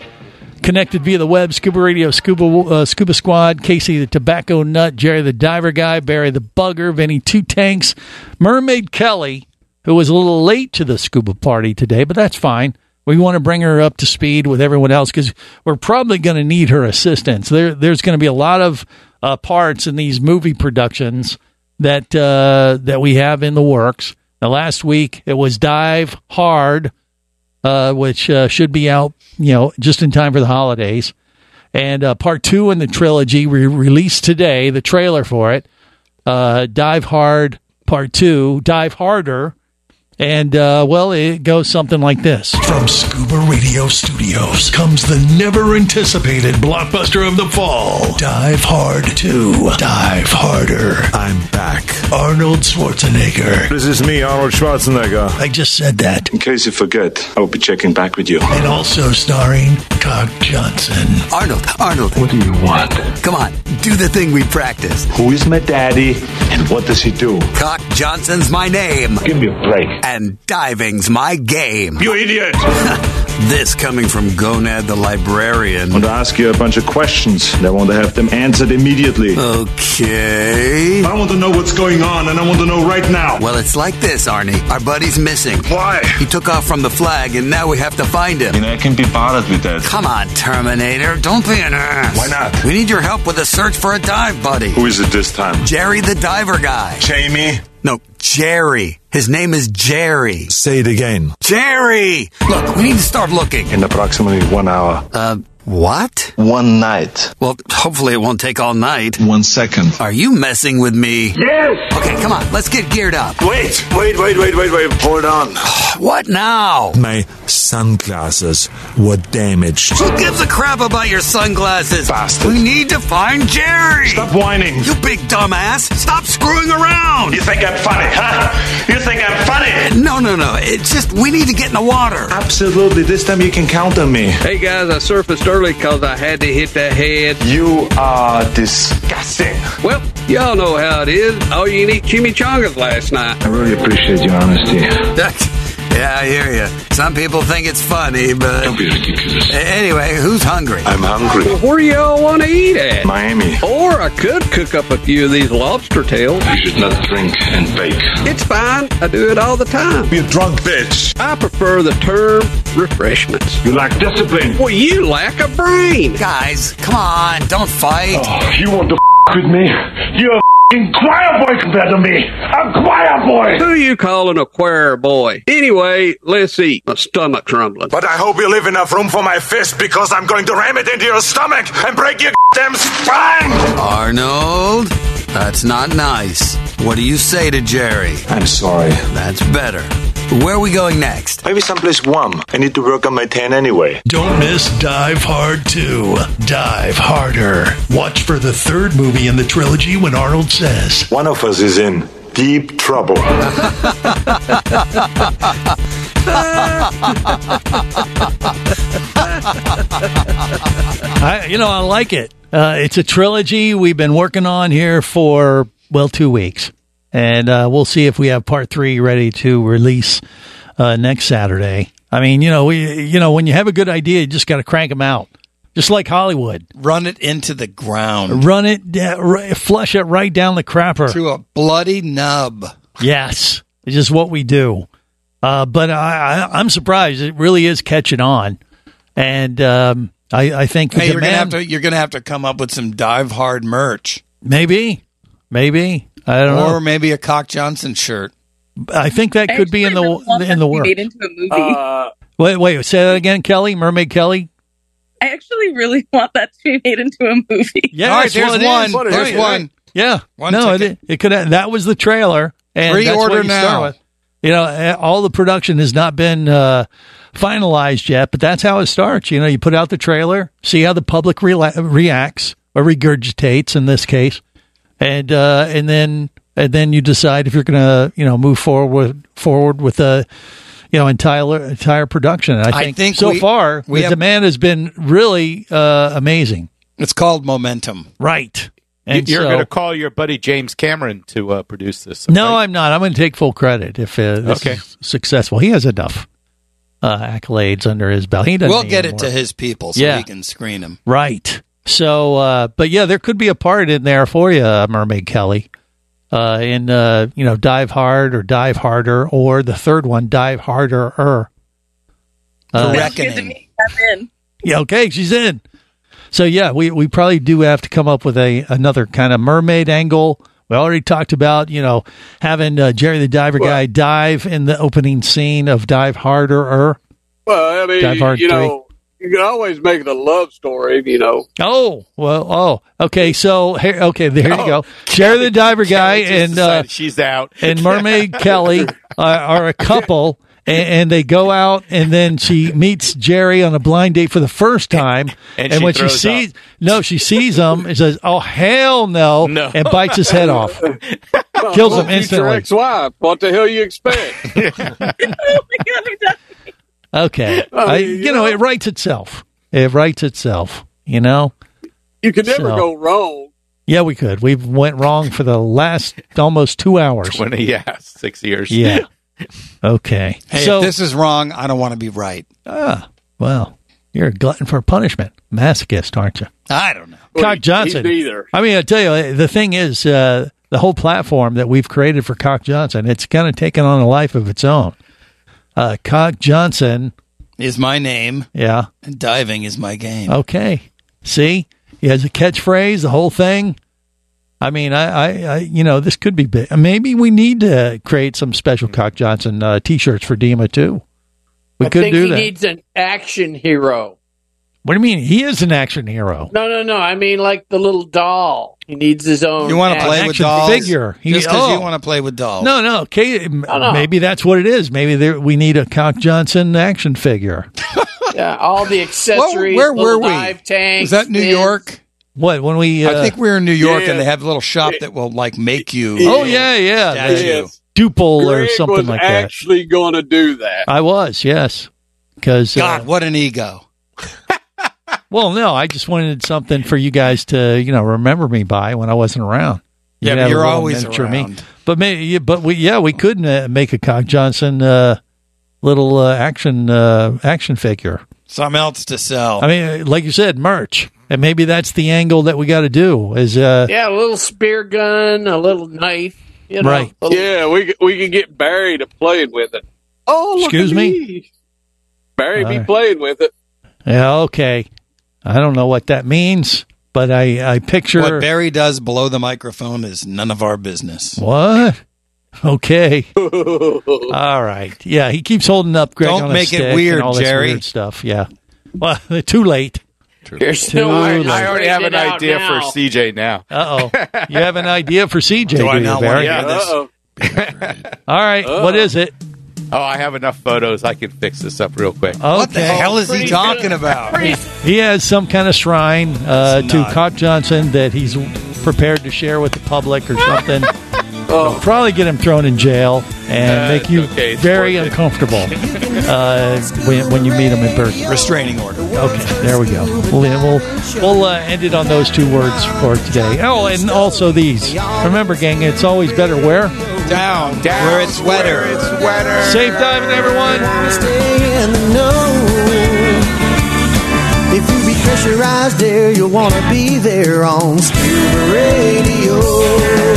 [SPEAKER 1] Connected via the web, Scuba Radio, Scuba uh, Scuba Squad, Casey the Tobacco Nut, Jerry the Diver Guy, Barry the Bugger, Vinny Two Tanks, Mermaid Kelly, who was a little late to the scuba party today, but that's fine. We want to bring her up to speed with everyone else because we're probably going to need her assistance. There, there's going to be a lot of uh, parts in these movie productions that uh, that we have in the works. Now, last week it was Dive Hard, uh, which uh, should be out, you know, just in time for the holidays. And uh, part two in the trilogy we released today, the trailer for it. Uh, Dive Hard Part Two, Dive Harder, And, uh, well, it goes something like this.
[SPEAKER 16] From Scuba Radio Studios comes the never anticipated blockbuster of the fall Dive Hard 2. Dive Harder. I'm back. Arnold Schwarzenegger.
[SPEAKER 17] This is me, Arnold Schwarzenegger.
[SPEAKER 16] I just said that.
[SPEAKER 17] In case you forget, I will be checking back with you.
[SPEAKER 16] And also starring Cog Johnson.
[SPEAKER 18] Arnold, Arnold.
[SPEAKER 17] What do you want?
[SPEAKER 18] Come on, do the thing we practiced.
[SPEAKER 17] Who is my daddy and what does he do?
[SPEAKER 18] Cock Johnson's my name.
[SPEAKER 17] Give me a break.
[SPEAKER 18] And diving's my game.
[SPEAKER 17] You idiot!
[SPEAKER 18] [LAUGHS] this coming from Gonad the librarian.
[SPEAKER 17] I want to ask you a bunch of questions and I want to have them answered immediately.
[SPEAKER 18] Okay.
[SPEAKER 17] I want to know what's going on and I want to know right now.
[SPEAKER 18] Well, it's like this, Arnie. Our buddy's missing.
[SPEAKER 17] Why?
[SPEAKER 18] He took off from the flag and now we have to find him.
[SPEAKER 17] You know, I can be bothered with that.
[SPEAKER 18] Come on, Terminator. Don't be an ass.
[SPEAKER 17] Why not?
[SPEAKER 18] We need your help with a search for a dive buddy.
[SPEAKER 17] Who is it this time?
[SPEAKER 18] Jerry the diver guy.
[SPEAKER 17] Jamie?
[SPEAKER 18] No, Jerry. His name is Jerry.
[SPEAKER 16] Say it again.
[SPEAKER 18] Jerry! Look, we need to start looking.
[SPEAKER 17] In approximately one hour.
[SPEAKER 18] Uh, what?
[SPEAKER 17] One night.
[SPEAKER 18] Well, hopefully it won't take all night.
[SPEAKER 17] One second.
[SPEAKER 18] Are you messing with me?
[SPEAKER 17] Yes!
[SPEAKER 18] Okay, come on, let's get geared up.
[SPEAKER 17] Wait, wait, wait, wait, wait, wait. Hold on.
[SPEAKER 18] What now?
[SPEAKER 16] My sunglasses were damaged.
[SPEAKER 18] Who gives a crap about your sunglasses?
[SPEAKER 17] Bastard.
[SPEAKER 18] We need to find Jerry!
[SPEAKER 17] Stop whining.
[SPEAKER 18] You big dumbass! Stop screwing around!
[SPEAKER 17] You think I'm funny, huh? You think I'm funny?
[SPEAKER 18] No, no, no. It's just we need to get in the water.
[SPEAKER 17] Absolutely. This time you can count on me.
[SPEAKER 19] Hey guys, I surfaced early because I had to hit the head.
[SPEAKER 17] You are disgusting.
[SPEAKER 19] Well, y'all know how it is. All you need chimichangas last night.
[SPEAKER 17] I really appreciate your honesty.
[SPEAKER 18] Yeah, I hear you. Some people think it's funny, but.
[SPEAKER 17] Don't be ridiculous.
[SPEAKER 18] Anyway, who's hungry?
[SPEAKER 17] I'm hungry.
[SPEAKER 19] Well, where y'all want to eat at?
[SPEAKER 17] Miami.
[SPEAKER 19] Or I could cook up a few of these lobster tails.
[SPEAKER 17] You should not drink and bake.
[SPEAKER 19] It's fine. I do it all the time.
[SPEAKER 17] You drunk bitch.
[SPEAKER 19] I prefer the term refreshments.
[SPEAKER 17] You lack discipline.
[SPEAKER 19] Well, you lack a brain.
[SPEAKER 18] Guys, come on. Don't fight.
[SPEAKER 17] Oh, you want to f- with me? You're choir boy compared to me. I'm choir boy.
[SPEAKER 19] Who you calling a choir boy? Anyway, let's eat. My stomach's rumbling.
[SPEAKER 17] But I hope you leave enough room for my fist because I'm going to ram it into your stomach and break your damn spine.
[SPEAKER 18] Arnold, that's not nice. What do you say to Jerry?
[SPEAKER 17] I'm sorry.
[SPEAKER 18] That's better. Where are we going next?
[SPEAKER 17] Maybe someplace warm. I need to work on my tan anyway.
[SPEAKER 16] Don't miss Dive Hard 2. Dive Harder. Watch for the third movie in the trilogy when Arnold says,
[SPEAKER 17] One of us is in deep
[SPEAKER 18] [LAUGHS]
[SPEAKER 17] trouble.
[SPEAKER 1] [LAUGHS] I, you know, I like it. Uh, it's a trilogy we've been working on here for, well, two weeks and uh, we'll see if we have part three ready to release uh, next Saturday. I mean, you know, we, you know, when you have a good idea, you just got to crank them out, just like Hollywood.
[SPEAKER 3] Run it into the ground.
[SPEAKER 1] Run it, da- r- flush it right down the crapper
[SPEAKER 3] to a bloody nub.
[SPEAKER 1] Yes, it's just what we do. Uh, but I, I, I'm surprised it really is catching on, and um, I, I think the
[SPEAKER 3] Hey, you're gonna have
[SPEAKER 1] demand-
[SPEAKER 3] to you're gonna have to come up with some dive hard merch,
[SPEAKER 1] maybe, maybe I don't
[SPEAKER 3] or
[SPEAKER 1] know.
[SPEAKER 3] maybe a Cock Johnson shirt.
[SPEAKER 1] I think that
[SPEAKER 8] I
[SPEAKER 1] could be in the
[SPEAKER 8] actually really want that
[SPEAKER 1] in the
[SPEAKER 8] to be
[SPEAKER 1] works.
[SPEAKER 8] Made into a movie.
[SPEAKER 13] Uh,
[SPEAKER 1] Wait, wait, say that again, Kelly. Mermaid Kelly.
[SPEAKER 8] I actually really [LAUGHS] want that to be made into a movie.
[SPEAKER 1] Yeah,
[SPEAKER 3] All right, there's one.
[SPEAKER 13] What it
[SPEAKER 3] There's
[SPEAKER 13] is.
[SPEAKER 3] one.
[SPEAKER 1] Yeah,
[SPEAKER 3] One
[SPEAKER 1] no,
[SPEAKER 3] ticket.
[SPEAKER 1] it it could. That was the trailer, and that's
[SPEAKER 3] Pre-order
[SPEAKER 1] what you start
[SPEAKER 3] now.
[SPEAKER 1] with. You know, eh, all the production has not been uh, finalized yet, but that's how it starts. You know, you put out the trailer, see how the public rela- reacts or regurgitates in this case, and uh, and then and then you decide if you're going to you know move forward forward with a you know entire entire production. And I
[SPEAKER 3] I
[SPEAKER 1] think,
[SPEAKER 3] think
[SPEAKER 1] so
[SPEAKER 3] we-
[SPEAKER 1] far
[SPEAKER 3] we
[SPEAKER 1] the
[SPEAKER 3] have-
[SPEAKER 1] demand has been really uh, amazing.
[SPEAKER 3] It's called momentum.
[SPEAKER 1] Right.
[SPEAKER 14] You-
[SPEAKER 1] Oh, And
[SPEAKER 14] You're
[SPEAKER 1] so-
[SPEAKER 14] going to call your buddy James Cameron to uh, produce this.
[SPEAKER 1] no,
[SPEAKER 14] right?
[SPEAKER 1] I'm not. I'm going to take full credit if uh, this
[SPEAKER 14] Okay.
[SPEAKER 1] is successful. He has enough uh, accolades under his belt. He doesn't
[SPEAKER 3] We'll
[SPEAKER 1] need
[SPEAKER 3] get
[SPEAKER 1] any
[SPEAKER 3] it to
[SPEAKER 1] more.
[SPEAKER 3] his people so
[SPEAKER 1] Yeah.
[SPEAKER 3] we can screen him.
[SPEAKER 1] right. So, uh, but yeah, there could be a part in there for you, uh, Mermaid Kelly, uh, in uh, you know, dive hard or dive harder, or the third one, dive harder. Er, Uh,
[SPEAKER 8] That's good to
[SPEAKER 3] Reckoning.
[SPEAKER 8] me. I'm in.
[SPEAKER 1] yeah, okay, she's in. So yeah, we we probably do have to come up with a another kind of mermaid angle. We already talked about you know having uh, Jerry the diver guy dive in the opening scene of Dive Harder.
[SPEAKER 13] Well, I mean,
[SPEAKER 1] Dive Hard
[SPEAKER 13] you know, you can always make it a love story, you
[SPEAKER 1] [LAUGHS]
[SPEAKER 13] know.
[SPEAKER 1] Oh well. Oh, okay. So here, okay, there
[SPEAKER 13] Oh,
[SPEAKER 1] you go. Jerry the diver guy and uh,
[SPEAKER 14] she's out.
[SPEAKER 13] [LAUGHS]
[SPEAKER 1] and Mermaid Kelly uh, are a couple, and, and they go out, and then she meets Jerry on a blind date for the first time.
[SPEAKER 14] And she
[SPEAKER 1] when she
[SPEAKER 14] throws
[SPEAKER 1] sees, no, she sees him and says, "Oh hell no!"
[SPEAKER 14] No.
[SPEAKER 1] and bites his head off.
[SPEAKER 13] [LAUGHS] Well,
[SPEAKER 1] Kills him
[SPEAKER 13] fuck you,
[SPEAKER 1] instantly.
[SPEAKER 13] Your ex-wife. What the hell you
[SPEAKER 1] [LAUGHS]
[SPEAKER 13] expect? [LAUGHS]
[SPEAKER 1] Okay,
[SPEAKER 13] I mean,
[SPEAKER 1] I,
[SPEAKER 13] you
[SPEAKER 1] you know it writes itself. It writes itself. You know.
[SPEAKER 13] You can never
[SPEAKER 1] So-
[SPEAKER 13] go wrong.
[SPEAKER 1] Yeah, we could. We've went wrong for the last almost two hours.
[SPEAKER 14] Twenty, yeah, six years.
[SPEAKER 3] [LAUGHS]
[SPEAKER 1] Yeah. Okay.
[SPEAKER 3] Hey,
[SPEAKER 1] so
[SPEAKER 3] if this is wrong, I don't want to be right.
[SPEAKER 1] Ah, well, you're a glutton for punishment, masochist, aren't you?
[SPEAKER 3] I don't know.
[SPEAKER 1] Cock Johnson. I mean, I tell you, the thing is, uh, the whole platform that we've created for Cock Johnson, it's kind of taken on a life of its own. Uh, Cock Johnson.
[SPEAKER 3] Is my name.
[SPEAKER 1] Yeah.
[SPEAKER 3] And diving is my game.
[SPEAKER 1] Okay. See, he has a catchphrase, the whole thing. I mean, I, I, I you know, this could be big. Maybe we need to create some special Cock Johnson uh, T-shirts for Dima too. We
[SPEAKER 7] I
[SPEAKER 1] could
[SPEAKER 7] think
[SPEAKER 1] do
[SPEAKER 7] he
[SPEAKER 1] that.
[SPEAKER 7] needs an action hero.
[SPEAKER 1] what do you mean? He is an action hero.
[SPEAKER 7] No, no, no. I mean, like the little doll. He needs his own.
[SPEAKER 3] You want to play with
[SPEAKER 1] action
[SPEAKER 3] dolls?
[SPEAKER 1] figure. He-
[SPEAKER 3] Just because
[SPEAKER 1] oh.
[SPEAKER 3] you want to play with dolls.
[SPEAKER 1] No, no.
[SPEAKER 3] Oh,
[SPEAKER 1] Okay, m-
[SPEAKER 7] no.
[SPEAKER 1] maybe that's what it is. Maybe there, we need a Cock Johnson action figure.
[SPEAKER 7] Yeah, all
[SPEAKER 3] [LAUGHS]
[SPEAKER 7] the accessories.
[SPEAKER 3] where
[SPEAKER 7] little
[SPEAKER 3] were we?
[SPEAKER 7] Dive tanks.
[SPEAKER 3] Is that New
[SPEAKER 7] things.
[SPEAKER 3] York?
[SPEAKER 1] What when we? Uh,
[SPEAKER 3] I think we were in New York,
[SPEAKER 1] yeah.
[SPEAKER 3] and they have a little shop that will like make you.
[SPEAKER 1] Oh yeah, yeah.
[SPEAKER 3] Statue.
[SPEAKER 1] that's Duple or
[SPEAKER 13] Greg
[SPEAKER 1] something
[SPEAKER 13] was
[SPEAKER 1] like that.
[SPEAKER 13] actually
[SPEAKER 1] [LAUGHS]
[SPEAKER 13] going to do that.
[SPEAKER 1] I was yes, because
[SPEAKER 3] God, what an ego!
[SPEAKER 1] Well, no, I just wanted something for you guys to, you know, remember me by when I wasn't around. You
[SPEAKER 3] Yeah,
[SPEAKER 1] could
[SPEAKER 3] but
[SPEAKER 1] have a
[SPEAKER 3] you're
[SPEAKER 1] little
[SPEAKER 3] always
[SPEAKER 1] miniature Me.
[SPEAKER 3] around.
[SPEAKER 1] But maybe, but we, yeah, we could uh, make a Cock Johnson uh, little uh, action uh, action figure.
[SPEAKER 3] Something else to sell.
[SPEAKER 1] I mean, uh, like you said, merch, and maybe that's the angle that we got to do. Is uh,
[SPEAKER 7] Yeah, a little spear gun, a little knife. You know,
[SPEAKER 1] Right.
[SPEAKER 7] a little-
[SPEAKER 13] Yeah, we c- we can get Barry to playing with it. Oh, look
[SPEAKER 1] Excuse
[SPEAKER 13] at
[SPEAKER 1] me?
[SPEAKER 13] Barry be
[SPEAKER 1] All right.
[SPEAKER 13] playing with it.
[SPEAKER 1] yeah, okay, I don't know what that means, but I I picture
[SPEAKER 3] What Barry does below the microphone is none of
[SPEAKER 7] [LAUGHS]
[SPEAKER 3] our business.
[SPEAKER 1] What? Okay. all right. Yeah, he keeps holding up Greg.
[SPEAKER 3] Don't
[SPEAKER 1] on a
[SPEAKER 3] make it
[SPEAKER 1] stick and
[SPEAKER 3] weird,
[SPEAKER 1] all this
[SPEAKER 3] Jerry.
[SPEAKER 1] weird stuff. Yeah. Well, [LAUGHS] too late.
[SPEAKER 7] You're
[SPEAKER 1] Too
[SPEAKER 7] still iron-
[SPEAKER 1] late.
[SPEAKER 14] I already have an
[SPEAKER 7] It out
[SPEAKER 14] idea
[SPEAKER 7] now.
[SPEAKER 14] for CJ now.
[SPEAKER 1] Uh oh. You have an idea for CJ? Do
[SPEAKER 3] I
[SPEAKER 1] you,
[SPEAKER 3] not
[SPEAKER 1] Barry?
[SPEAKER 3] want to hear this?
[SPEAKER 1] All right. What is it?
[SPEAKER 14] Oh, I have enough photos. I can fix this up real quick.
[SPEAKER 1] Okay.
[SPEAKER 3] What the hell is he
[SPEAKER 7] Pretty
[SPEAKER 3] talking
[SPEAKER 7] good.
[SPEAKER 3] about?
[SPEAKER 7] Pretty-
[SPEAKER 1] He has some kind of shrine uh,
[SPEAKER 3] It's
[SPEAKER 1] to
[SPEAKER 3] not.
[SPEAKER 1] Cock Johnson that he's prepared to share with the public or
[SPEAKER 3] [LAUGHS]
[SPEAKER 1] something.
[SPEAKER 3] Oh.
[SPEAKER 1] It'll probably get him thrown in jail and
[SPEAKER 14] Uh,
[SPEAKER 1] make you
[SPEAKER 14] it's okay. It's
[SPEAKER 1] very
[SPEAKER 14] worth it.
[SPEAKER 3] [LAUGHS]
[SPEAKER 1] uncomfortable uh, when, when you meet him in person.
[SPEAKER 3] Restraining order.
[SPEAKER 1] Okay, there we go. We'll we'll, we'll uh, end it on those two words for today. Oh, and also these. Remember, gang, it's always better where
[SPEAKER 3] Down, down, where it's wetter.
[SPEAKER 1] safe diving, everyone.
[SPEAKER 5] Stay in the know. If you be pressurized there, you'll want to be there on Scuba Radio.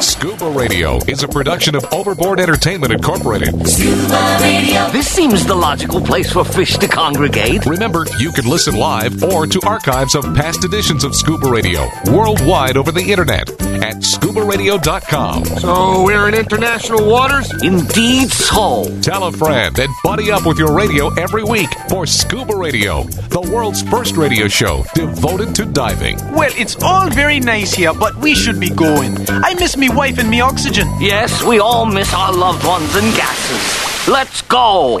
[SPEAKER 4] Scuba Radio is a production of Overboard Entertainment Incorporated.
[SPEAKER 20] This seems the logical place for fish to congregate.
[SPEAKER 4] Remember, you can listen live or to archives of past editions of Scuba Radio worldwide over the internet at scubaradio.com.
[SPEAKER 20] So we're in international waters? Indeed so.
[SPEAKER 4] Tell a friend and buddy up with your radio every week for Scuba Radio, the world's first radio show devoted to diving.
[SPEAKER 21] Well, it's all very nice here, but we should be going. I miss me wife and me oxygen.
[SPEAKER 20] Yes, we all miss our loved ones and gases. Let's go.